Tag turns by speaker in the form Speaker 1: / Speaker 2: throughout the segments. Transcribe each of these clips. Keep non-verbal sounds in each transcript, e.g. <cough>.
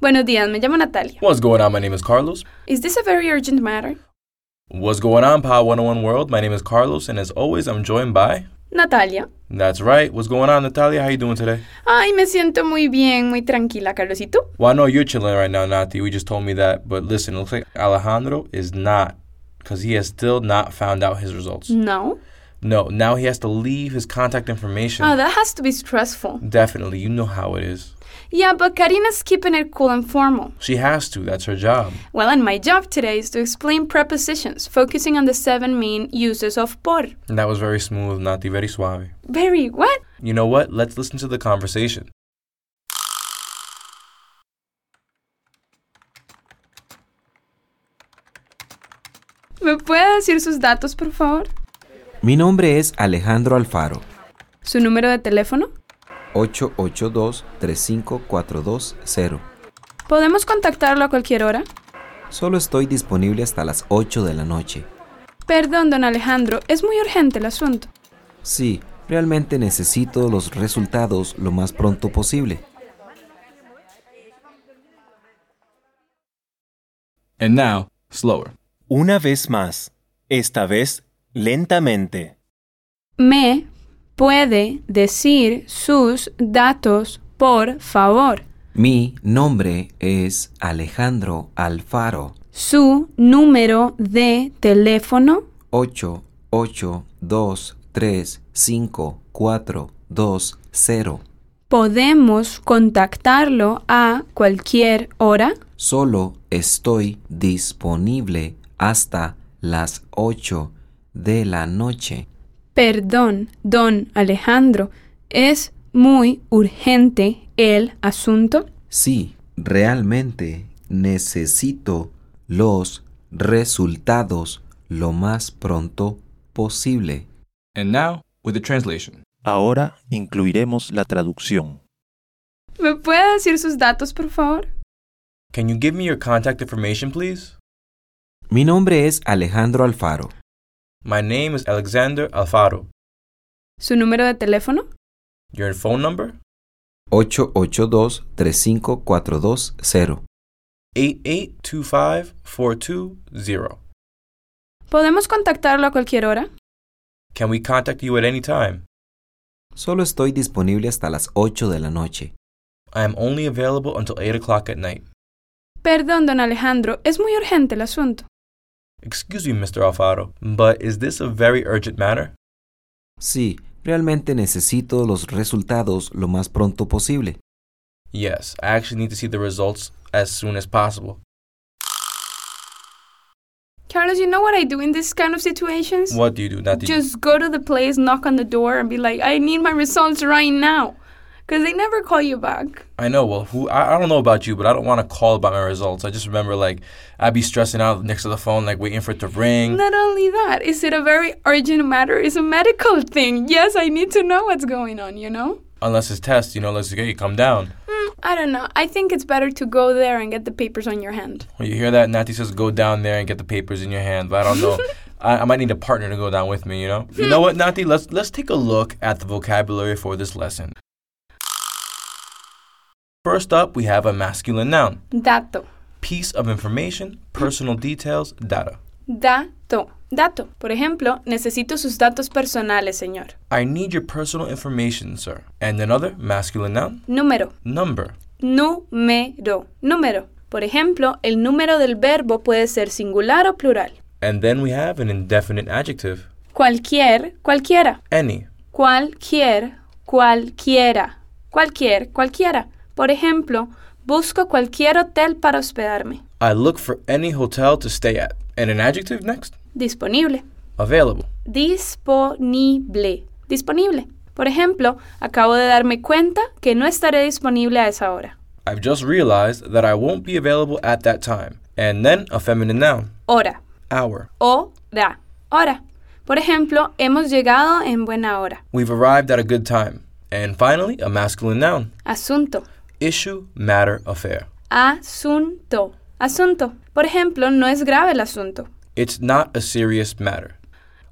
Speaker 1: Buenos días, me llamo Natalia.
Speaker 2: What's going on? My name is Carlos.
Speaker 1: Is this a very urgent matter?
Speaker 2: What's going on, Power 101 World? My name is Carlos, and as always, I'm joined by.
Speaker 1: Natalia.
Speaker 2: That's right. What's going on, Natalia? How you doing today?
Speaker 1: Ay, me siento muy bien, muy tranquila, Carlos. ¿Y tú?
Speaker 2: Well, I know you're chilling right now, Nati. We just told me that, but listen, it looks like Alejandro is not, because he has still not found out his results.
Speaker 1: No.
Speaker 2: No, now he has to leave his contact information.
Speaker 1: Oh, that has to be stressful.
Speaker 2: Definitely, you know how it is.
Speaker 1: Yeah, but Karina's keeping it cool and formal.
Speaker 2: She has to. That's her job.
Speaker 1: Well, and my job today is to explain prepositions, focusing on the seven main uses of por.
Speaker 2: And that was very smooth, Nati. Very suave.
Speaker 1: Very what?
Speaker 2: You know what? Let's listen to the conversation.
Speaker 1: ¿Me puede decir sus datos, por favor?
Speaker 3: Mi nombre es Alejandro Alfaro,
Speaker 1: ¿Su número de teléfono?
Speaker 3: 882-35420.
Speaker 1: ¿Podemos contactarlo a cualquier hora?
Speaker 3: Solo estoy disponible hasta las 8 de la noche.
Speaker 1: Perdón, don Alejandro, es muy urgente el asunto.
Speaker 3: Sí, realmente necesito los resultados lo más pronto posible.
Speaker 2: And now, slower.
Speaker 4: Una vez más, esta vez lentamente.
Speaker 1: ¿Me puede decir sus datos, por favor?
Speaker 3: Mi nombre es Alejandro Alfaro,
Speaker 1: ¿Su número de teléfono?
Speaker 3: 882-35420.
Speaker 1: ¿Podemos contactarlo a cualquier hora?
Speaker 3: Solo estoy disponible hasta las 8 de la noche.
Speaker 1: Perdón, don Alejandro, es muy urgente el asunto.
Speaker 3: Sí, realmente necesito los resultados lo más pronto posible.
Speaker 2: And now, with the translation.
Speaker 4: Ahora incluiremos la traducción.
Speaker 1: ¿Me puede decir sus datos, por favor?
Speaker 2: Can you give me your contact information, please?
Speaker 3: Mi nombre es Alejandro Alfaro.
Speaker 2: My name is Alexander Alfaro.
Speaker 1: ¿Su número de teléfono?
Speaker 2: Your phone number?
Speaker 3: 882-35420.
Speaker 2: 8825420.
Speaker 1: ¿Podemos contactarlo a cualquier hora?
Speaker 2: Can we contact you at any time?
Speaker 3: Solo estoy disponible hasta las 8 de la noche.
Speaker 2: I am only available until 8 o'clock at night.
Speaker 1: Perdón, don Alejandro, es muy urgente el asunto.
Speaker 2: Excuse me, Mr. Alfaro, but is this a very urgent matter?
Speaker 3: Sí, realmente necesito los resultados lo más pronto posible.
Speaker 2: Yes, I actually need to see the results as soon as possible.
Speaker 1: Carlos, you know what I do in this kind of situations?
Speaker 2: What do you do, Nati?
Speaker 1: Just go to the place, knock on the door, and be like, I need my results right now. Because they never call you back.
Speaker 2: I know. Well, who I, I don't know about you, but I don't want to call about my results. I just remember like I'd be stressing out next to the phone, like waiting for it to ring.
Speaker 1: Not only that, is it a very urgent matter? It's a medical thing. Yes, I need to know what's going on, you know?
Speaker 2: Unless it's test, you know, let's hey, come down.
Speaker 1: Mm, I don't know. I think it's better to go there and get the papers on your hand.
Speaker 2: When you hear that, Nati says, "Go down there and get the papers in your hand." But I don't know. I, I might need a partner to go down with me. You know. you know what, Nati? Let's let's take a look at the vocabulary for this lesson. First up, we have a masculine noun.
Speaker 1: Dato.
Speaker 2: piece of information, personal details, data.
Speaker 1: Dato. Dato. Por ejemplo, necesito sus datos personales, señor.
Speaker 2: I need your personal information, sir. And another masculine noun,
Speaker 1: Número.
Speaker 2: number.
Speaker 1: Número. Número. Por ejemplo, el número del verbo puede ser singular o plural.
Speaker 2: And then we have an indefinite adjective,
Speaker 1: Cualquier, cualquiera.
Speaker 2: any.
Speaker 1: Cualquier, cualquiera. Cualquier, cualquiera. Por ejemplo, busco cualquier hotel para hospedarme.
Speaker 2: I look for any hotel to stay at. And an adjective next,
Speaker 1: Disponible.
Speaker 2: available.
Speaker 1: Disponible. Disponible. Por ejemplo, acabo de darme cuenta que no estaré disponible a esa hora.
Speaker 2: I've just realized that I won't be available at that time. And then a feminine noun,
Speaker 1: Hora.
Speaker 2: hour.
Speaker 1: Hora. Hora. Por ejemplo, hemos llegado en buena hora.
Speaker 2: We've arrived at a good time. And finally, a masculine noun,
Speaker 1: Asunto.
Speaker 2: issue, matter, affair.
Speaker 1: Asunto. Asunto. Por ejemplo, no es grave el asunto.
Speaker 2: It's not a serious matter.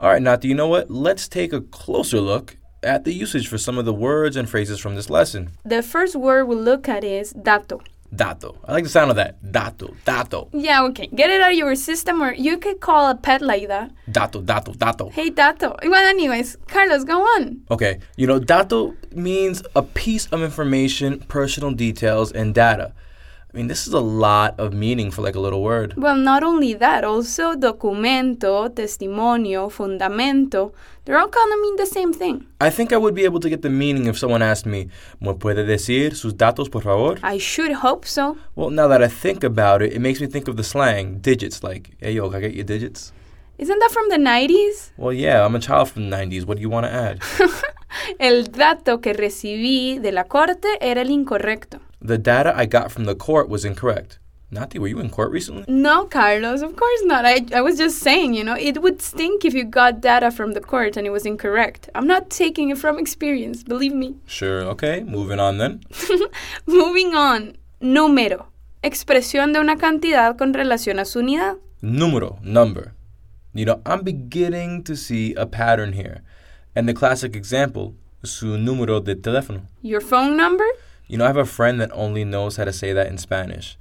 Speaker 2: All right, Nati, you know what? Let's take a closer look at the usage for some of the words and phrases from this lesson.
Speaker 1: The first word we look at is dato.
Speaker 2: Dato. I like the sound of that. Dato, dato,
Speaker 1: Yeah, okay. Get it out of your system, or you could call a pet like that.
Speaker 2: dato, dato, dato.
Speaker 1: Hey, Dato. Well, anyways, Carlos, go on.
Speaker 2: Okay, you know, dato means a piece of information, personal details, and data. I mean, this is a lot of meaning for like a little word.
Speaker 1: Well, not only that, also documento, testimonio, fundamento, they're all gonna mean the same thing.
Speaker 2: I think I would be able to get the meaning if someone asked me, ¿Me puede decir sus datos, por favor?
Speaker 1: I should hope so.
Speaker 2: Well, now that I think about it, it makes me think of the slang, digits, like, hey, yo, can I get your digits?
Speaker 1: Isn't that from the 90s?
Speaker 2: Well, yeah, I'm a child from the 90s. What do you want to add?
Speaker 1: <laughs> El dato que recibí de la corte era el incorrecto.
Speaker 2: the data I got from the court was incorrect. Nati, were you in court recently?
Speaker 1: No, Carlos, of course not. I, I was just saying, you know, it would stink if you got data from the court and it was incorrect. I'm not taking it from experience, believe me.
Speaker 2: Sure, okay, moving on then.
Speaker 1: Moving on. Número. Expresión de una cantidad con relación a su unidad.
Speaker 2: Numero, number. You know, I'm beginning to see a pattern here. And the classic example, su número de teléfono.
Speaker 1: Your phone number?
Speaker 2: You know, I have a friend that only knows how to say that in Spanish.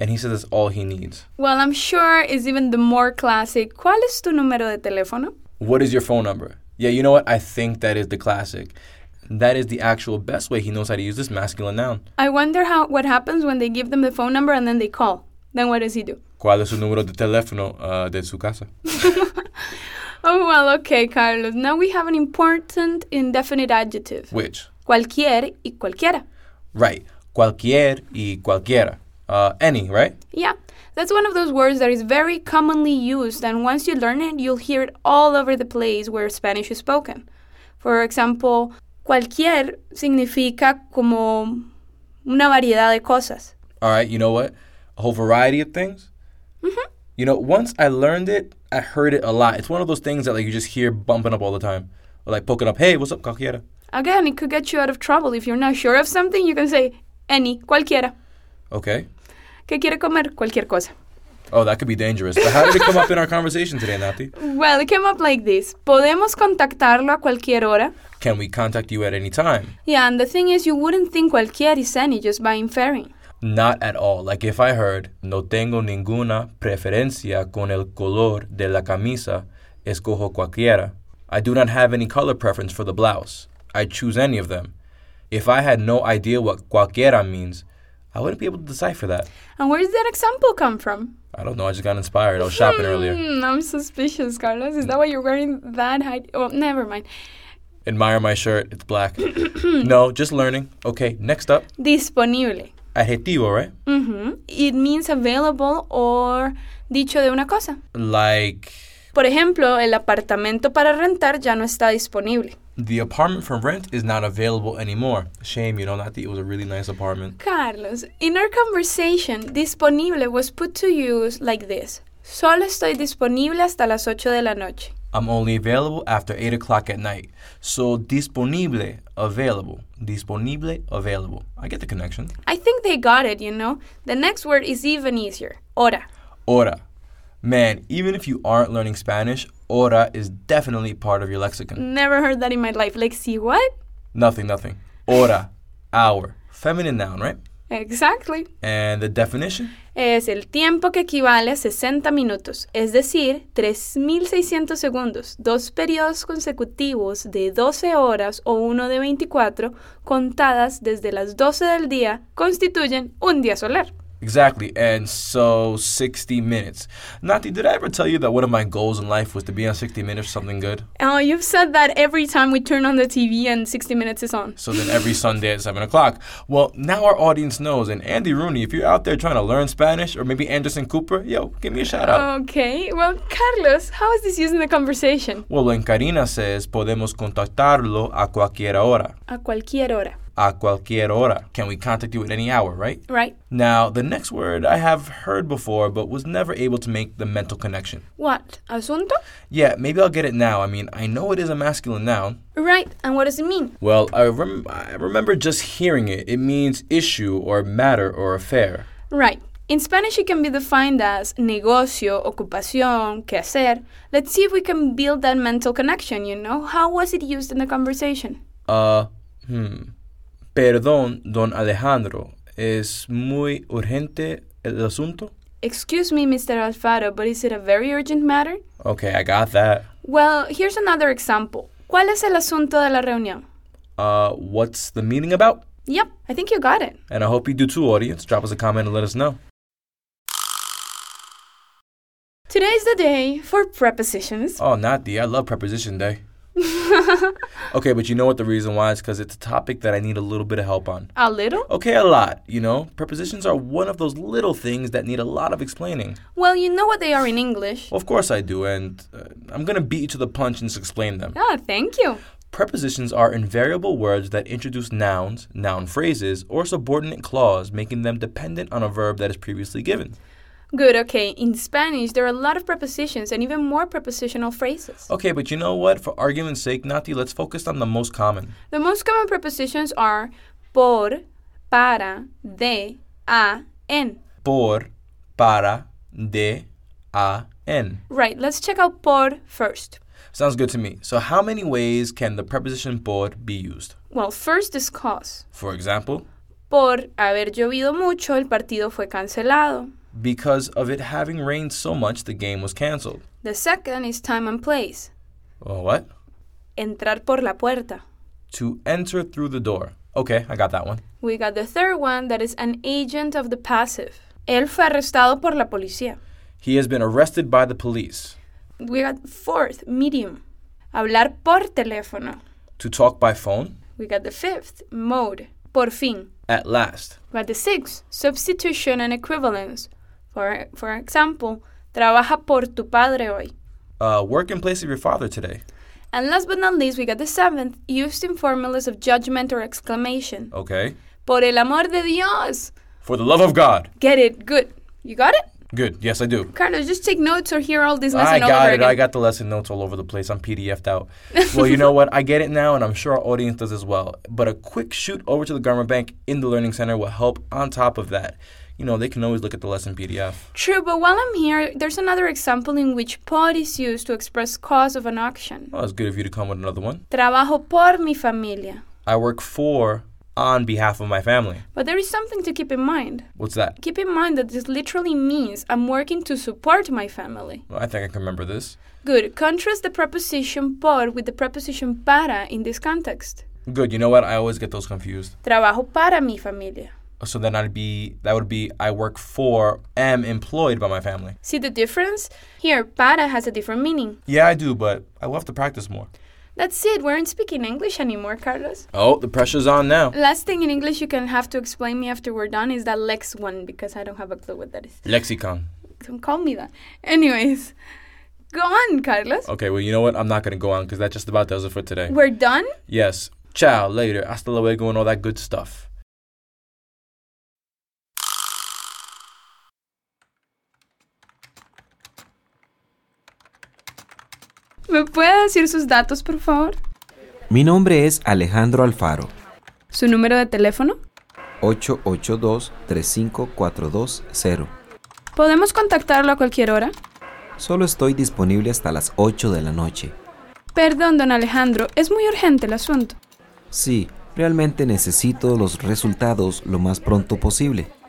Speaker 2: And he says that's all he needs.
Speaker 1: Well, I'm sure is even the more classic. ¿Cuál es tu número de teléfono?
Speaker 2: What is your phone number? Yeah, you know what? I think that is the classic. That is the actual best way he knows how to use this masculine noun.
Speaker 1: I wonder how what happens when they give them the phone number and then they call. Then what does he do?
Speaker 2: ¿Cuál es su número de teléfono uh, de su casa?
Speaker 1: Oh, well, okay, Carlos. Now we have an important indefinite adjective.
Speaker 2: Which?
Speaker 1: Cualquier y cualquiera.
Speaker 2: Right. Cualquier y cualquiera. Uh, any, right?
Speaker 1: Yeah, that's one of those words that is very commonly used, and once you learn it, you'll hear it all over the place where Spanish is spoken. For example, cualquier significa como una variedad de cosas.
Speaker 2: All right, you know what? A whole variety of things.
Speaker 1: Mhm.
Speaker 2: You know, once I learned it, I heard it a lot. It's one of those things that like you just hear bumping up all the time. Or like poking up, hey, what's up, cualquiera?
Speaker 1: Again, it could get you out of trouble. If you're not sure of something, you can say any, cualquiera.
Speaker 2: Okay.
Speaker 1: ¿Qué quiere comer? Cualquier cosa.
Speaker 2: Oh, that could be dangerous. But how did it come up in our conversation today, Nati?
Speaker 1: Well, it came up like this. Podemos contactarlo a cualquier hora.
Speaker 2: Can we contact you at any time?
Speaker 1: Yeah, and the thing is, you wouldn't think cualquier is any just by inferring.
Speaker 2: Not at all. Like if I heard, no tengo ninguna preferencia con el color de la camisa, escojo cualquiera. I do not have any color preference for the blouse. I choose any of them. If I had no idea what cualquiera means, I wouldn't be able to decipher that.
Speaker 1: And where does that example come from?
Speaker 2: I don't know. I just got inspired. I was
Speaker 1: <laughs>
Speaker 2: shopping earlier.
Speaker 1: Hmm, I'm suspicious, Carlos. Is that why you're wearing that high? Oh, never mind.
Speaker 2: Admire my shirt. It's black. no, just learning. Okay, next up,
Speaker 1: Disponible.
Speaker 2: adjetivo, right?
Speaker 1: Mhm. It means available or dicho de una cosa.
Speaker 2: Like
Speaker 1: Por ejemplo, el apartamento para rentar ya no está disponible.
Speaker 2: the apartment for rent is not available anymore. Shame, you know, Nati. It was a really nice apartment.
Speaker 1: Carlos, in our conversation, disponible was put to use like this. Solo estoy disponible hasta las 8 de la noche.
Speaker 2: I'm only available after 8 o'clock at night. So, disponible, available. Disponible, available. I get the connection.
Speaker 1: I think they got it, you know. The next word is even easier. Hora.
Speaker 2: Hora. Man, even if you aren't learning Spanish, hora is definitely part of your lexicon.
Speaker 1: Never heard that in my life. Like, see what?
Speaker 2: Nothing, nothing. Hora, hour. Feminine noun, right?
Speaker 1: Exactly.
Speaker 2: And the definition?
Speaker 1: Es el tiempo que equivale a 60 minutos, es decir, 3.600 segundos, dos periodos consecutivos de 12 horas o uno de 24, contadas desde las 12 del día, constituyen un día solar.
Speaker 2: Exactly. And so, 60 minutes. Nati, did I ever tell you that one of my goals in life was to be on 60 Minutes or something good?
Speaker 1: Oh, you've said that every time we turn on the TV and 60 Minutes is on.
Speaker 2: So then every Sunday at 7 o'clock. Well, now our audience knows. And Andy Rooney, if you're out there trying to learn Spanish or maybe Anderson Cooper, yo, give me a shout
Speaker 1: Oh.
Speaker 2: out.
Speaker 1: Okay, well, Carlos, how is this used in the conversation?
Speaker 2: well, when Karina says, podemos contactarlo a cualquier hora.
Speaker 1: A cualquier hora,
Speaker 2: A cualquier hora. Can we contact you at any hour, right?
Speaker 1: right?
Speaker 2: Now, the next word I have heard before but was never able to make the mental connection.
Speaker 1: What? Asunto?
Speaker 2: Yeah, maybe I'll get it now. I mean, I know it is a masculine noun.
Speaker 1: Right, and what does it mean?
Speaker 2: Well, I, rem- I remember just hearing it. It means issue or matter or affair.
Speaker 1: Right. In Spanish, it can be defined as negocio, ocupación, que hacer. Let's see if we can build that mental connection, you know? How was it used in the conversation?
Speaker 2: Ah, hmm. Perdón, don Alejandro. ¿Es muy urgente el asunto?
Speaker 1: Excuse me, Mr. Alfaro, but is it a very urgent matter?
Speaker 2: Okay, I got that.
Speaker 1: Well, here's another example. ¿Cuál es el asunto de la reunión?
Speaker 2: Uh, what's the meeting about?
Speaker 1: Yep, I think you got it.
Speaker 2: And I hope you do too, audience. Drop us a comment and let us know.
Speaker 1: Today's the day for prepositions.
Speaker 2: Oh, not the. I love Preposition Day. <laughs> Okay, but you know what the reason why is? Because it's a topic that I need a little bit of help on.
Speaker 1: a little?
Speaker 2: Okay, a lot, you know? Prepositions are one of those little things that need a lot of explaining.
Speaker 1: Well, you know what they are in English.
Speaker 2: Of course I do, and uh, I'm going to beat you to the punch and just explain them.
Speaker 1: Ah, thank you.
Speaker 2: Prepositions are invariable words that introduce nouns, noun phrases, or subordinate clause, making them dependent on a verb that is previously given.
Speaker 1: Good, okay. In Spanish, there are a lot of prepositions and even more prepositional phrases.
Speaker 2: Okay, but you know what? For argument's sake, Nati, let's focus on the most common.
Speaker 1: The most common prepositions are por, para, de, a, en.
Speaker 2: Por, para, de, a, en.
Speaker 1: Right, let's check out por first.
Speaker 2: Sounds good to me. So, how many ways can the preposition por be used?
Speaker 1: Well, first is cause.
Speaker 2: For example,
Speaker 1: Por haber llovido mucho, el partido fue cancelado.
Speaker 2: because of it having rained so much, the game was canceled.
Speaker 1: The second is time and place.
Speaker 2: Oh, what?
Speaker 1: Entrar por la puerta.
Speaker 2: To enter through the door. Okay, I got that one.
Speaker 1: We got the third one that is an agent of the passive. Él fue arrestado por la policía.
Speaker 2: He has been arrested by the police.
Speaker 1: We got fourth, medium. Hablar por teléfono.
Speaker 2: To talk by phone.
Speaker 1: We got the fifth, mode. Por fin.
Speaker 2: At last.
Speaker 1: We got the sixth, substitution and equivalence. For, for example, trabaja por tu padre hoy.
Speaker 2: Uh, work in place of your father today.
Speaker 1: And last but not least, we got the seventh, used in formulas of judgment or exclamation.
Speaker 2: Okay.
Speaker 1: Por el amor de Dios!
Speaker 2: For the love of God.
Speaker 1: Get it, good. You got it?
Speaker 2: Good. Yes, I do.
Speaker 1: Carlos, just take notes or hear all this lesson
Speaker 2: I got
Speaker 1: over
Speaker 2: it.
Speaker 1: again.
Speaker 2: I got the lesson notes all over the place. I'm PDF'd out. Well, you know what? I get it now, and I'm sure our audience does as well. But a quick shoot over to the Grammar Bank in the Learning Center will help on top of that. You know, they can always look at the lesson PDF.
Speaker 1: True, but while I'm here, there's another example in which por is used to express cause of an action.
Speaker 2: Well, Oh, it's good of you to come with another one.
Speaker 1: Trabajo por mi familia.
Speaker 2: I work for, on behalf of my family.
Speaker 1: But there is something to keep in mind.
Speaker 2: What's that?
Speaker 1: Keep in mind that this literally means I'm working to support my family.
Speaker 2: Well, I think I can remember this.
Speaker 1: Good, contrast the preposition por with the preposition para in this context.
Speaker 2: Good. You know what? I always get those confused.
Speaker 1: Trabajo para mi familia.
Speaker 2: So then I'd be, that would be, I work for, am employed by my family.
Speaker 1: See the difference? Here, para has a different meaning.
Speaker 2: Yeah, I do, but I will have to practice more.
Speaker 1: That's it, we aren't speaking English anymore, Carlos.
Speaker 2: Oh, the pressure's on now.
Speaker 1: Last thing in English you can have to explain me after we're done is that Lex one, because I don't have a clue what that is.
Speaker 2: Lexicon.
Speaker 1: Don't call me that. Anyways, go on, Carlos.
Speaker 2: Okay, well, you know what? I'm not going to go on because that just about does it for today.
Speaker 1: We're done?
Speaker 2: Yes. Ciao, later. Hasta luego, and all that good stuff.
Speaker 1: ¿Me puede decir sus datos, por favor?
Speaker 3: Mi nombre es Alejandro Alfaro,
Speaker 1: ¿Su número de teléfono?
Speaker 3: 882-35420.
Speaker 1: ¿Podemos contactarlo a cualquier hora?
Speaker 3: Solo estoy disponible hasta las 8 de la noche.
Speaker 1: Perdón, don Alejandro, es muy urgente el asunto.
Speaker 3: Sí, realmente necesito los resultados lo más pronto posible.